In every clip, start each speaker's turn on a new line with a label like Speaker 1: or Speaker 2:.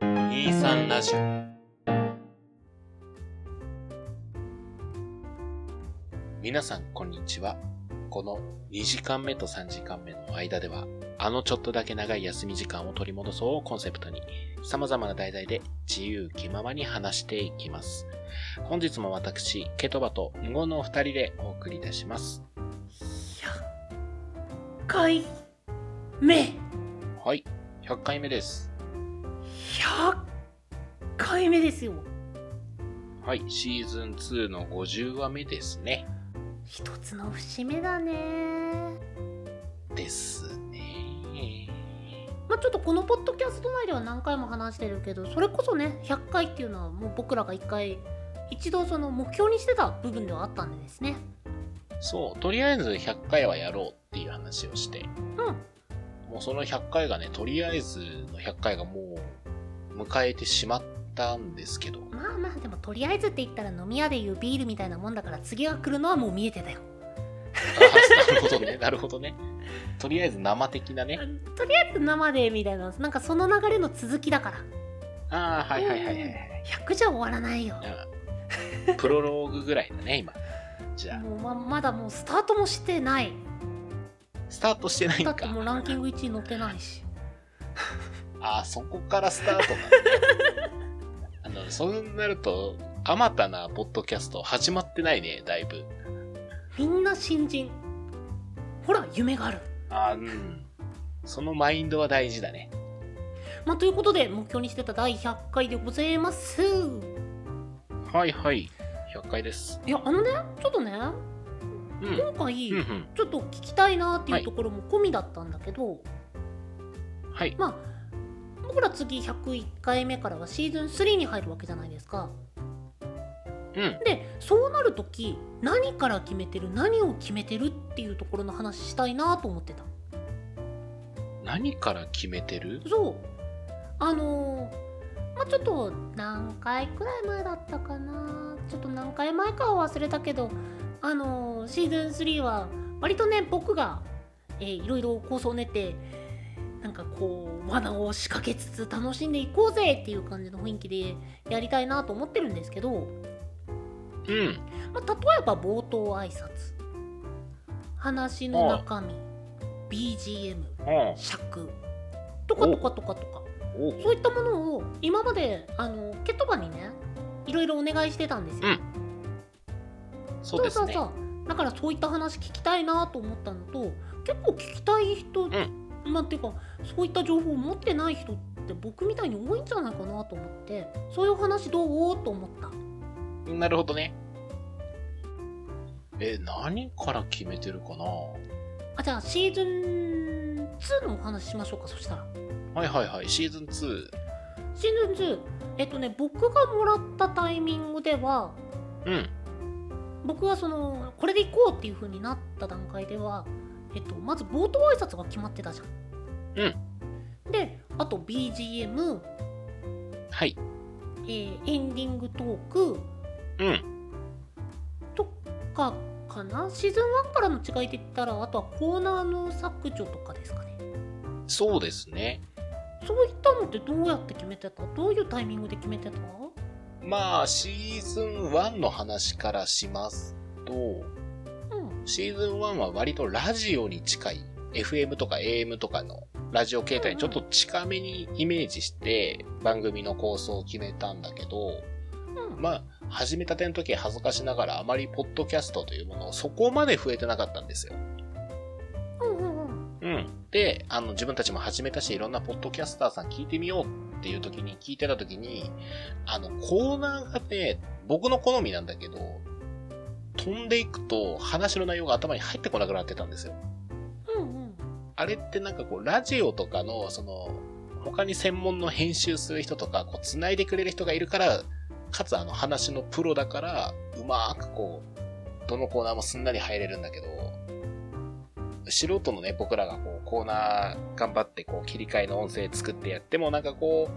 Speaker 1: 23ラジオ皆さんこんにちはこの2時間目と3時間目の間ではあのちょっとだけ長い休み時間を取り戻そうをコンセプトに様々な題材で自由気ままに話していきます本日も私ケトバと無言のお二人でお送りいたします
Speaker 2: 100回目
Speaker 1: はい100回目です
Speaker 2: 100回目ですよ
Speaker 1: はいシーズン2の50話目ですね
Speaker 2: 一つの節目だね
Speaker 1: ですね
Speaker 2: まあちょっとこのポッドキャスト内では何回も話してるけどそれこそね100回っていうのはもう僕らが一回一度その目標にしてた部分ではあったんでですね
Speaker 1: そう、とりあえず100回はやろうっていう話をして、
Speaker 2: うん
Speaker 1: もうその100回がね、とりあえずの100回がもう迎えてしまったんですけど、
Speaker 2: まあまあでもとりあえずって言ったら飲み屋でいうビールみたいなもんだから次が来るのはもう見えてたよ
Speaker 1: あーなるほどね、なるほどね。とりあえず生的なね。
Speaker 2: とりあえず生でみたいななんかその流れの続きだから
Speaker 1: ああ、はいはいはいはいはい。
Speaker 2: 100じゃ終わらないよ
Speaker 1: うんプロローグぐらいだね、今。じゃ
Speaker 2: もうままだもうスタートもしてない
Speaker 1: あ、スタートしてないん
Speaker 2: だってもうラン
Speaker 1: か。
Speaker 2: キング1位載ってないし
Speaker 1: ああ、そこからスタートなんだね。あ の、そうなると、あまたなポッドキャスト始まってないね、だいぶ。
Speaker 2: みんな新人ほら夢がある、
Speaker 1: あうん。そのマインドは大事だね。
Speaker 2: まあ、ということで目標にしてた第100回でございます
Speaker 1: はいはい。100回です。
Speaker 2: いやあのねちょっとね
Speaker 1: うん。
Speaker 2: 今回、
Speaker 1: うんうん。
Speaker 2: ちょっと聞きたいなって
Speaker 1: はいいう
Speaker 2: ところも込みだったんだけど、
Speaker 1: はい。
Speaker 2: まあ僕ら次101回目からはシーズン3に入るわけじゃないですか
Speaker 1: うん。
Speaker 2: でそうなるとき何から決めてる何を決めてるっていうところの話したいなと思ってた
Speaker 1: 何から決めてる
Speaker 2: そうあのーまあちょっと何回くらい前だったかなちょっと何回前かは忘れたけどあのーシーズン3は割とね僕が、えーいろいろ構想を練ってなんかこう罠を仕掛けつつ楽しんでいこうぜっていう感じの雰囲気でやりたいなと思ってるんですけど、
Speaker 1: うん。
Speaker 2: まあ、例えば冒頭挨拶話の中身 BGM
Speaker 1: お
Speaker 2: 尺とかとかとかとか
Speaker 1: お
Speaker 2: そういったものを今まであのケトバにねいろいろお願いしてたんですよ。
Speaker 1: うんそうですね。
Speaker 2: そうそうだからそういった話聞きたいなと思ったのと結構聞きたい人、
Speaker 1: ん
Speaker 2: まあっていうかそういった情報を持ってない人って僕みたいに多いんじゃないかなと思ってそういう話どうと思った。
Speaker 1: なるほどね。え、何から決めてるかな
Speaker 2: あじゃあシーズン2のお話しましょうかそしたら。
Speaker 1: はいはいはい。シーズン2。
Speaker 2: シーズン2えっとね僕がもらったタイミングでは
Speaker 1: うん。
Speaker 2: 僕はそのこれで行こうっていう風になった段階では、えっと、まず冒頭挨拶が決まってたじゃん。であと BGM、
Speaker 1: はい。
Speaker 2: えーエンディングトーク
Speaker 1: うん。
Speaker 2: とかかなシーズン1からの違いで言ったらあとはコーナーの削除とかですかね
Speaker 1: そうですね。
Speaker 2: そういったのってどうやって決めてたどういうタイミングで決めてた
Speaker 1: まあ、シーズン1の話からしますと、
Speaker 2: うん
Speaker 1: シーズン1は割とラジオに近い、FM とか AM とかのラジオ形態にちょっと近めにイメージして番組の構想を決めたんだけど、
Speaker 2: うん
Speaker 1: まあ、始めたての時恥ずかしながらあまりポッドキャストというものをそこまで増えてなかったんですよ。
Speaker 2: うんうんうん
Speaker 1: うん。で、あの、自分たちも始めたし、いろんなポッドキャスターさん聞いてみようっていう時に、聞いてた時に、あの、コーナーがね、僕の好みなんだけど、飛んでいくと話の内容が頭に入ってこなくなってたんですよ。
Speaker 2: うんうん
Speaker 1: あれってなんかこう、ラジオとかの、その、他に専門の編集する人とか、こう、繋いでくれる人がいるから、かつあの話のプロだから、うまーくこう、どのコーナーもすんなり入れるんだけど、素人のね、僕らがこう、コーナー頑張ってこう、切り替えの音声作ってやっても、なんかこ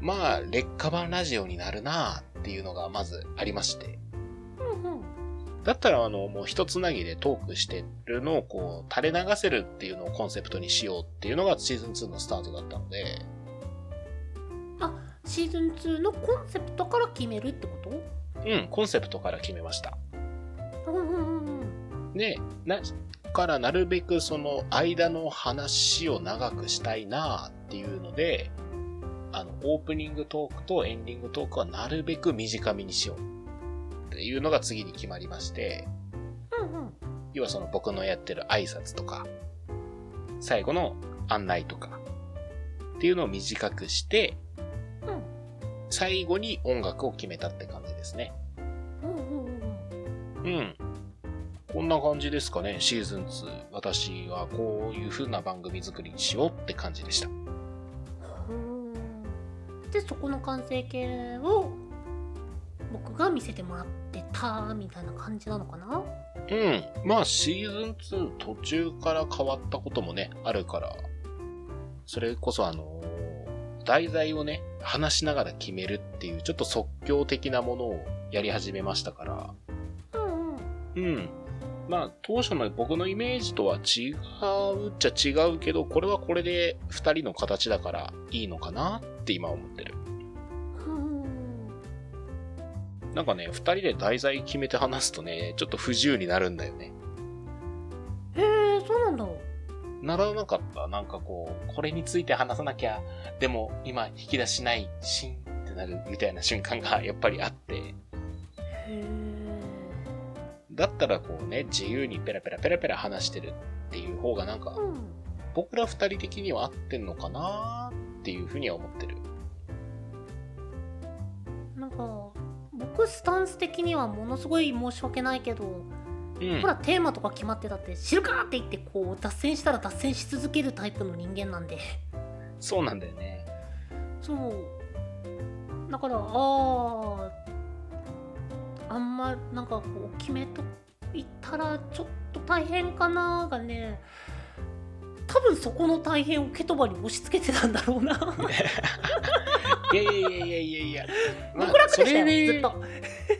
Speaker 1: う、まあ、劣化版ラジオになるなーっていうのがまずありまして。
Speaker 2: うんうん
Speaker 1: だったら、あの、もう一つなぎでトークしてるのをこう、垂れ流せるっていうのをコンセプトにしようっていうのがシーズン2のスタートだったので、
Speaker 2: シシーズン2のコンセプトから決めるってこと
Speaker 1: うん、コンセプトから決めました。
Speaker 2: うんうんうんうん
Speaker 1: で、な、からなるべくその間の話を長くしたいなっていうので、あの、オープニングトークとエンディングトークはなるべく短めにしようっていうのが次に決まりまして、
Speaker 2: うんうん
Speaker 1: 要はその僕のやってる挨拶とか、最後の案内とか、っていうのを短くして、最後に音楽を決めたって感じですね。
Speaker 2: うんうんうんうん
Speaker 1: うん。こんな感じですかね、シーズン2。私はこういう風な番組作りにしようって感じでした。
Speaker 2: うんでそこの完成形を僕が見せてもらってたみたいな感じなのかな
Speaker 1: うん。まあ、シーズン2途中から変わったこともね、あるから、それこそあのー題材をね、話しながら決めるっていう、ちょっと即興的なものをやり始めましたから、
Speaker 2: うんうん
Speaker 1: うん。まあ、当初の僕のイメージとは違うっちゃ違うけど、これはこれで二人の形だからいいのかなって今思ってる。
Speaker 2: うん
Speaker 1: なんかね、二人で題材決めて話すとね、ちょっと不自由になるんだよね。
Speaker 2: へえそうなんだ
Speaker 1: ならなかった。なんかこう、これについて話さなきゃ、でも今引き出しない、シーンってなるみたいな瞬間が やっぱりあって、
Speaker 2: へえ
Speaker 1: だったらこうね、自由にペラペラペラペラ話してるっていう方がなんか
Speaker 2: う、ん
Speaker 1: 僕ら二人的には合ってんのかなっていうふうには思ってる。
Speaker 2: なんか僕スタンス的にはものすごい申し訳ないけど、
Speaker 1: うん
Speaker 2: ほらテーマとか決まってたって知るかって言ってこう脱線したら脱線し続けるタイプの人間なんで
Speaker 1: そうなんだよ ね。
Speaker 2: そうだからあああんまなんかこう決めといたらちょっと大変かなーがね多分そこの大変をケトバに押し付けてたんだろ うな
Speaker 1: いやいやいやいやいやいや。まあ
Speaker 2: 僕楽でした
Speaker 1: それ
Speaker 2: よ
Speaker 1: で
Speaker 2: ずっと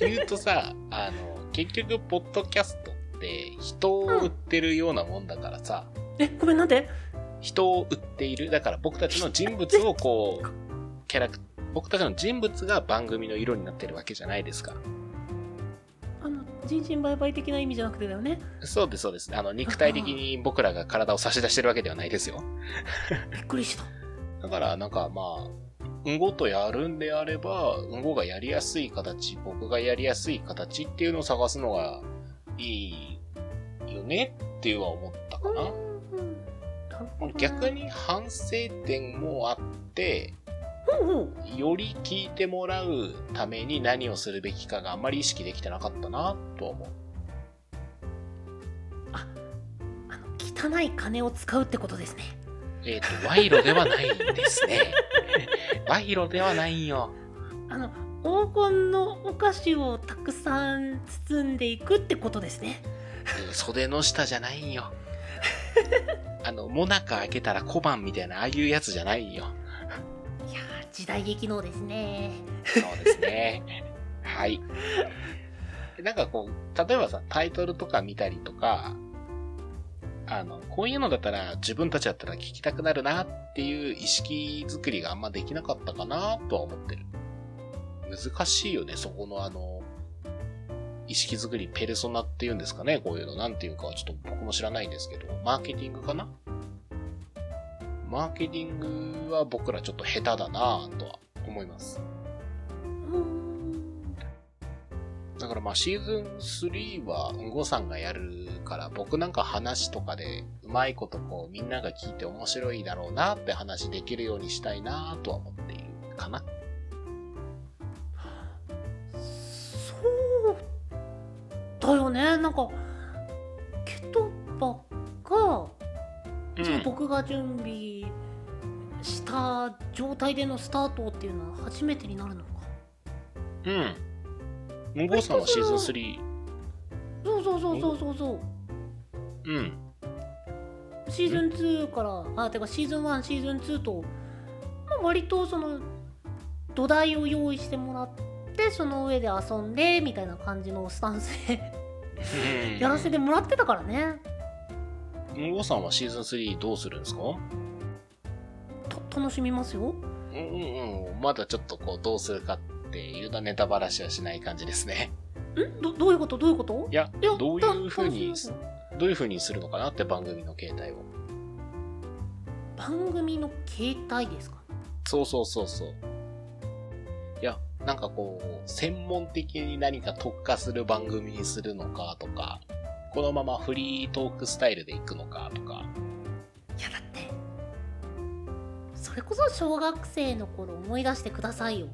Speaker 1: 言うとさ、あの、結局、ポッドキャストって人を売ってるようなもんだからさ、
Speaker 2: えごめんなんで
Speaker 1: 人を売っている。だから僕たちの人物をこう、キャラク、僕たちの人物が番組の色になってるわけじゃないですか。
Speaker 2: あの人身売買的な意味じゃなくてだよね
Speaker 1: そうです、そうです。あの、肉体的に僕らが体を差し出してるわけではないですよ。
Speaker 2: びっくりした
Speaker 1: だから、なんかまあ、うんごとやるんであれば、うんごがやりやすい形、僕がやりやすい形っていうのを探すのがいいよねっていうは思ったかな。
Speaker 2: なるほどね
Speaker 1: 逆に反省点もあって、
Speaker 2: うんうん
Speaker 1: より聞いてもらうために何をするべきかがあんまり意識できてなかったなとは思う。
Speaker 2: あの汚い金を使うってことですね
Speaker 1: えっ、と、賄賂ではないんですね。賄賂ではないよ。
Speaker 2: あの黄金のお菓子をたくさん包んでいくってことですね。
Speaker 1: うん袖の下じゃないよ。あの、もなか開けたら小判みたいな、ああいうやつじゃないよ。
Speaker 2: いやー時代劇能ですね。
Speaker 1: そうですね。はい。なんかこう、例えばさ、タイトルとか見たりとか、あの、こういうのだったら自分たちだったら聞きたくなるなっていう意識づくりがあんまできなかったかなとは思ってる。難しいよね、そこのあの、意識づくり、ペルソナっていうんですかね、こういうの。なんていうか、ちょっと僕も知らないんですけど、マーケティングかなマーケティングは僕らちょっと下手だなとは思います。
Speaker 2: うーん
Speaker 1: だからまあシーズン3はうんごさんがやるから僕なんか話とかでうまいことこうみんなが聞いて面白いだろうなって話できるようにしたいなとは思っているかな。
Speaker 2: そうだよねなんかケトバが、
Speaker 1: う
Speaker 2: じゃあ僕が準備した状態でのスタートっていうのは初めてになるのか。
Speaker 1: うん。うんごさんはシーズン3、
Speaker 2: そうそうそうそうそうそう。
Speaker 1: うん。
Speaker 2: シーズン2からあてかシーズン1シーズン2と、まあ、割とその土台を用意してもらってその上で遊んでみたいな感じのスタンスでやらせてもらってたからね
Speaker 1: うんごさんはシーズン3どうするんですか
Speaker 2: と楽しみますよ
Speaker 1: ううんうん。まだちょっとこう、どうするかっていうようなネタばらしはしない感じですね。
Speaker 2: んどどういうことどういうこと
Speaker 1: いや、
Speaker 2: いや
Speaker 1: どういうふうに
Speaker 2: だだ
Speaker 1: どういうふうにするのかなって番組の形態を。
Speaker 2: 番組の携帯ですか
Speaker 1: そうそうそうそう。いや、なんかこう、専門的に何か特化する番組にするのかとか、このままフリートークスタイルでいくのかとか。
Speaker 2: いやだってそれこそ小学生の頃思い出してくださいよ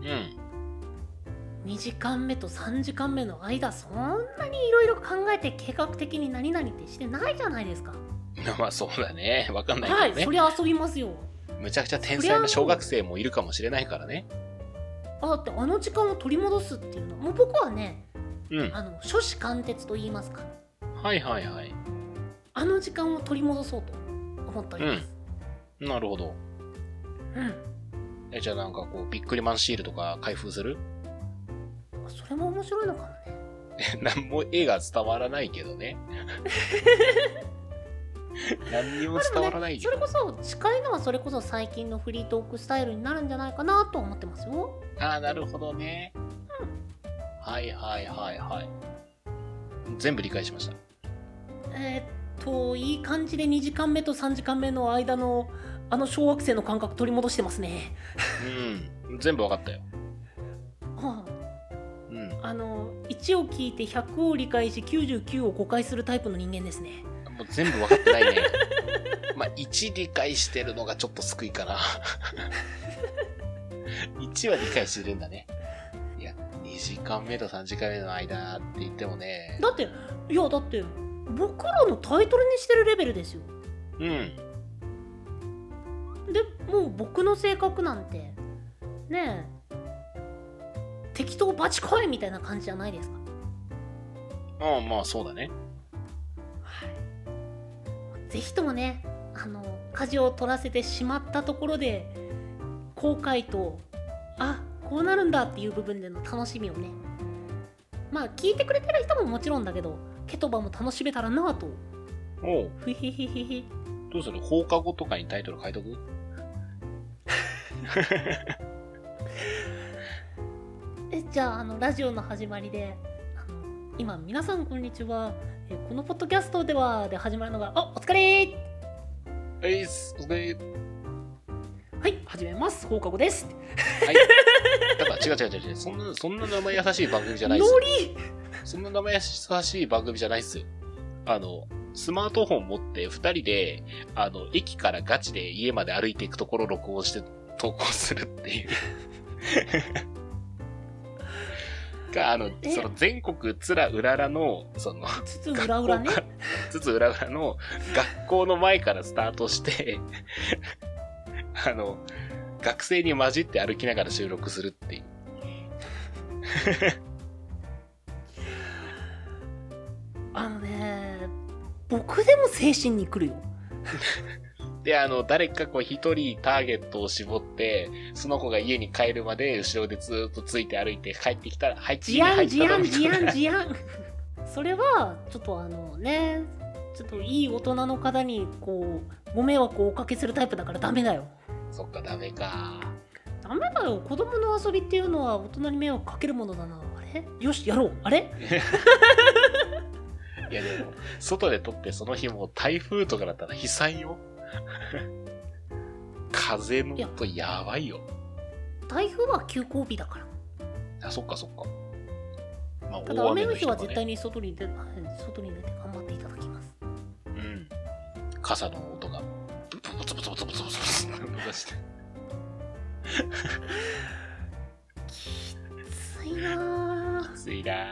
Speaker 1: うん。
Speaker 2: 2時間目と3時間目の間そんなにいろいろ考えて計画的に何々ってしてないじゃないですか、
Speaker 1: まあそうだね。わかんない
Speaker 2: は
Speaker 1: けど
Speaker 2: い
Speaker 1: ね
Speaker 2: そ。りゃ遊びますよ
Speaker 1: むちゃくちゃ天才な小学生もいるかもしれないからね。
Speaker 2: あだってあの時間を取り戻すっていうのはもう僕はね
Speaker 1: うん。
Speaker 2: あの初子貫徹と言いますか
Speaker 1: はいはいはい。
Speaker 2: あの時間を取り戻そうと思っております
Speaker 1: なるほど。
Speaker 2: うん、
Speaker 1: えじゃあなんかこう、ビックリマンシールとか開封する
Speaker 2: あそれも面白いのかもね
Speaker 1: なんも絵が伝わらないけど ね。何にも伝わらないけ
Speaker 2: そ
Speaker 1: ど
Speaker 2: れ。こそ近いのはそれこそ最近のフリートークスタイルになるんじゃないかなと思ってますよ
Speaker 1: ああ、なるほどね。はいはいはいはい。全部理解しました。
Speaker 2: えーっといい感じで2時間目と3時間目の間のあの小学生の感覚取り戻してますね
Speaker 1: うん。全部わかったよ。
Speaker 2: は
Speaker 1: うん。
Speaker 2: ああの1を聞いて100を理解し99を誤解するタイプの人間ですね
Speaker 1: もう全部わかってないね。まあ、1理解してるのがちょっと救いかな。1は理解してるんだね。いや、2時間目と3時間目の間って言ってもね。
Speaker 2: だっていやだって僕らのタイトルにしてるレベルですよ
Speaker 1: うん。
Speaker 2: でもう僕の性格なんてねえ適当バチコイみたいな感じじゃないですか
Speaker 1: ああ、まあそうだね。
Speaker 2: ぜひともねあの舵を取らせてしまったところで後悔とあこうなるんだっていう部分での楽しみをねまあ聞いてくれてる人ももちろんだけどケトバも楽しめたらなぁと
Speaker 1: おう、
Speaker 2: ふひひひひ
Speaker 1: どうする放課後とかにタイトル変えとく
Speaker 2: えじゃああのラジオの始まりであの今皆さんこんにちはえこのポッドキャストではで始まるのがあお疲れー
Speaker 1: えいっす、お疲れ。
Speaker 2: はい始めます放課後です
Speaker 1: はい。だから違う違う違う違う。そんな、そんな名前優しい番組じゃないっすよ
Speaker 2: ノリ
Speaker 1: そんな名前優しい番組じゃないっすよ。あの、スマートフォン持って二人で、あの、駅からガチで家まで歩いていくところを録音して投稿するって いう。が、あの、
Speaker 2: え
Speaker 1: その全国津ら浦々の、その、
Speaker 2: つつ裏裏ね
Speaker 1: 学校からつつ裏々の学校の前からスタート して、あの、学生に混じって歩きながら収録するっていう。
Speaker 2: あのね僕でも精神に来るよ
Speaker 1: で、あの、誰かこう一人ターゲットを絞って、その子が家に帰るまで後ろでずーっとついて歩いて帰ってきたら、はい、
Speaker 2: 治安
Speaker 1: 家に
Speaker 2: 治安
Speaker 1: 入った
Speaker 2: 治
Speaker 1: のみたい
Speaker 2: 安
Speaker 1: な
Speaker 2: 治安それはちょっとあのねちょっといい大人の方にこうご迷惑をおかけするタイプだからダメだよ
Speaker 1: そっか、ダメか。
Speaker 2: ダメだよ子供の遊びっていうのは大人に迷惑かけるものだなあれよしやろうあれ
Speaker 1: いやでも、外で撮ってその日もう台風とかだったら悲惨よ。風の音やばいよ。
Speaker 2: 台風は休校日だから
Speaker 1: あ、そっかそっか。まあ、
Speaker 2: ただ
Speaker 1: 大雨
Speaker 2: 雨の
Speaker 1: の
Speaker 2: 日
Speaker 1: 日
Speaker 2: は
Speaker 1: は
Speaker 2: 絶
Speaker 1: 絶
Speaker 2: 対
Speaker 1: 対
Speaker 2: に外に出はい外に出て頑張っていただきます
Speaker 1: うん。傘の音が、ブツブツブツブツブツブツブツブツして。
Speaker 2: ついなあ
Speaker 1: 暑いなぁ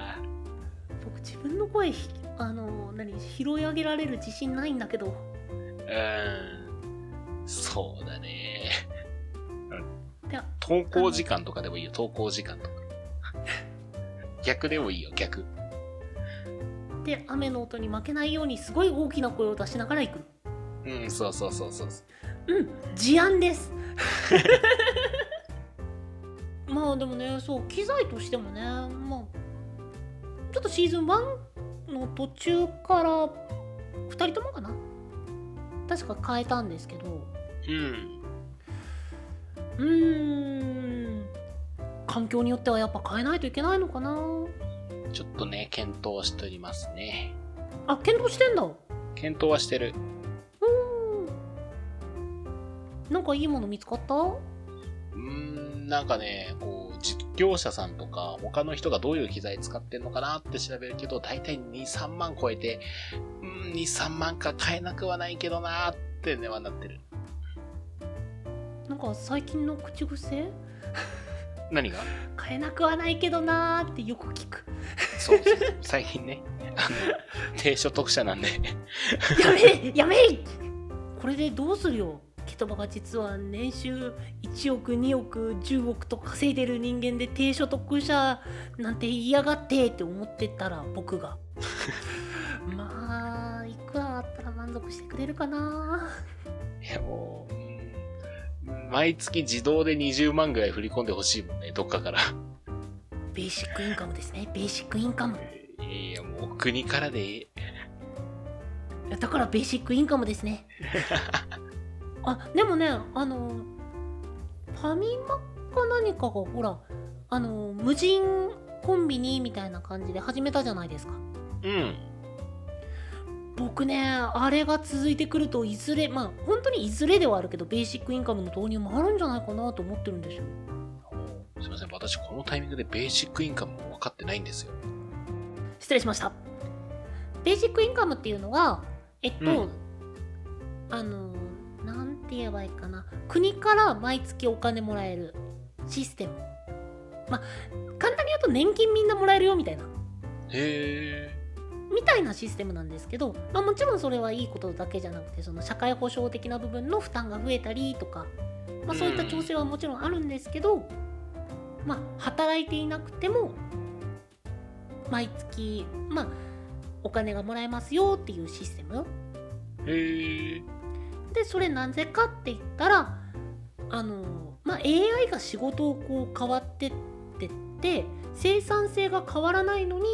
Speaker 2: 僕自分の声ひあの何拾い上げられる自信ないんだけど
Speaker 1: うーん。そうだね。
Speaker 2: であ
Speaker 1: 投稿時間とかでもいいよ、投稿時間とか。逆でもいいよ、逆。
Speaker 2: で雨の音に負けないようにすごい大きな声を出しながら行く
Speaker 1: うん、そうそうそうそう。
Speaker 2: うん事案です まあでもねそう機材としてもねまあちょっとシーズン1の途中から2人ともかな確か変えたんですけど
Speaker 1: うん。
Speaker 2: うーん環境によってはやっぱ変えないといけないのかな
Speaker 1: ちょっとね、検討しておりますね。
Speaker 2: あ検討してんだう
Speaker 1: 検討はしてる。
Speaker 2: ーんなんかいいもの見つかった
Speaker 1: うーん、なんかね、こう、実業者さんとか、他の人がどういう機材使ってんのかなって調べるけど、大体2、3万超えて、うーん、2、3万か買えなくはないけどなーってねはなってる。
Speaker 2: なんか最近の口癖
Speaker 1: 何が
Speaker 2: 買えなくはないけどなーってよく聞く
Speaker 1: そうそう、最近ね、あの、低所得者なんで、
Speaker 2: やめいやめいこれでどうするよケトバが実は年収1億2億10億と稼いでる人間で低所得者なんて嫌がってって思ってたら僕がまあいくらあったら満足してくれるかない
Speaker 1: やもう、うーん毎月自動で20万ぐらい振り込んでほしいもんね、どっかから。
Speaker 2: ベーシックインカムですねベーシックインカム
Speaker 1: いや、もう国からでいい。
Speaker 2: いやだからベーシックインカムで すねあでもねあのファミマか何かがほらあの無人コンビニみたいな感じで始めたじゃないですか
Speaker 1: うん。
Speaker 2: 僕ねあれが続いてくるといずれまあ本当にいずれではあるけどベーシックインカムの導入もあるんじゃないかなと思ってるんですよ
Speaker 1: すいません、私このタイミングでベーシックインカムも分かってないんですよ。
Speaker 2: 失礼しましたベーシックインカムっていうのはえっと、
Speaker 1: うん
Speaker 2: あのなんて言えばいいかな国から毎月お金もらえるシステムまあ簡単に言うと年金みんなもらえるよみたいな
Speaker 1: へえ。
Speaker 2: みたいなシステムなんですけど、まあ、もちろんそれはいいことだけじゃなくてその社会保障的な部分の負担が増えたりとか、まあ、そういった調整はもちろんあるんですけど、まあ、働いていなくても毎月、まあ、お金がもらえますよっていうシステム
Speaker 1: へえ。
Speaker 2: でそれなぜかって言ったらあの、まあ、AI が仕事をこう変わってってって生産性が変わらないのに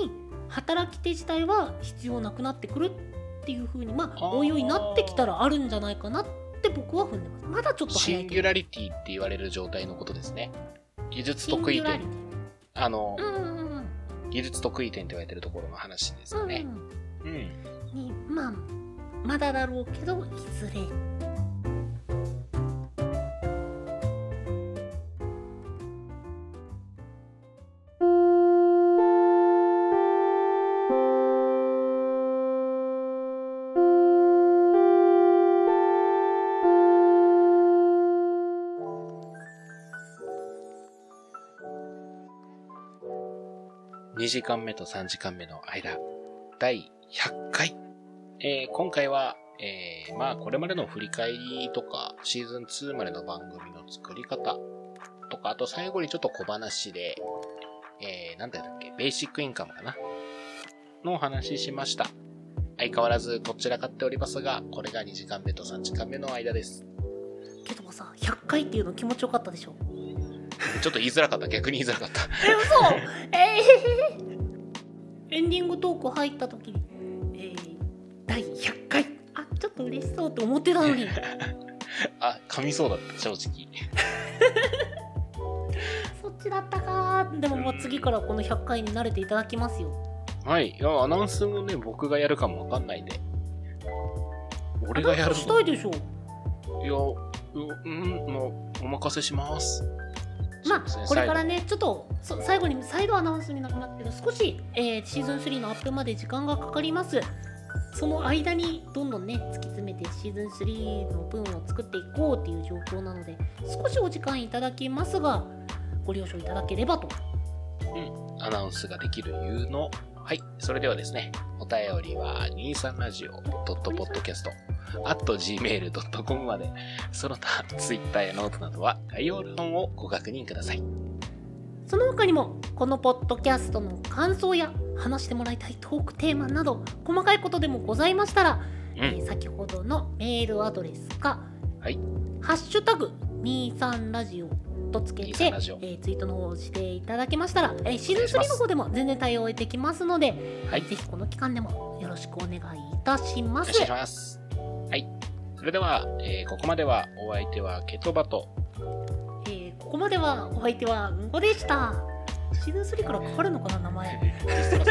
Speaker 2: 働き手自体は必要なくなってくるっていう風にまあ
Speaker 1: あー
Speaker 2: おいおいなってきたらあるんじゃないかなって僕は踏んでますまだちょっと早
Speaker 1: シ
Speaker 2: い
Speaker 1: ンギ
Speaker 2: け
Speaker 1: ュ
Speaker 2: ど
Speaker 1: ラリティって言われる状態のことですね。技術得意
Speaker 2: シ
Speaker 1: 点。あの
Speaker 2: ンギ、ュラリティうんうんうんうん
Speaker 1: 技術得意点って言われてるところの話ですよね。うん。
Speaker 2: うんにまあまだだろうけどいずれ
Speaker 1: 2時間目と3時間目の間、第100回。えー今回は、えーまあこれまでの振り返りとか、シーズン2までの番組の作り方とか、あと最後にちょっと小話で、えー、なんて言うんだっけ、ベーシックインカムかなのお話ししました。相変わらずこちらかっておりますが、これが2時間目と3時間目の間です。
Speaker 2: けどもさ100回っていうの気持ちよかったでしょ
Speaker 1: ちょっと言いづらかった。逆に言いづらかった。
Speaker 2: え嘘えー、エンディングトーク入った時に、えー、第100回あちょっと嬉しそうって思ってたのに
Speaker 1: あ、噛みそうだった、正直。
Speaker 2: そっちだったかーでももう次からこの100回に慣れていただきますよ
Speaker 1: はい。いや、アナウンスもね、僕がやるかもわかんないんで。俺がやる
Speaker 2: し
Speaker 1: の
Speaker 2: たいでしょ
Speaker 1: いや、ううん、もう、お任せします。
Speaker 2: まあ
Speaker 1: そうですね
Speaker 2: これからねちょっとそ最後に再度アナウンスになりますけど少し、えーシーズン3のアップまで時間がかかりますその間にどんどんね突き詰めてシーズン3の分を作っていこうっていう状況なので少しお時間いただきますがご了承いただければと
Speaker 1: アナウンスができる言うの。はい。それではですね、お便りは 23radio.podcast.gmail.com まで、その他、Twitter やノートなどは概要欄をご確認ください。
Speaker 2: その他にもこのポッドキャストの感想や話してもらいたいトークテーマなど細かいことでもございましたら
Speaker 1: う
Speaker 2: え
Speaker 1: ん。
Speaker 2: ー先ほどのメールアドレスか、
Speaker 1: はい
Speaker 2: ハッシュタグ23ラジオとつけて、え
Speaker 1: 23ラジオ
Speaker 2: ーツイートの方をしていただけましたら、えーシ
Speaker 1: お
Speaker 2: ー
Speaker 1: 願い
Speaker 2: ズ
Speaker 1: し
Speaker 2: ン
Speaker 1: ま
Speaker 2: 3
Speaker 1: す
Speaker 2: の方でも全然対応できますので、
Speaker 1: はい。
Speaker 2: ぜひこの期間でもよろしくお願いいたしま
Speaker 1: お願
Speaker 2: す
Speaker 1: い。します。はい。それでは、えーここまではお相手はケトバと、
Speaker 2: えーここまではお相手はうんこでしたシーズン3から変わるのかな名前
Speaker 1: クリスマス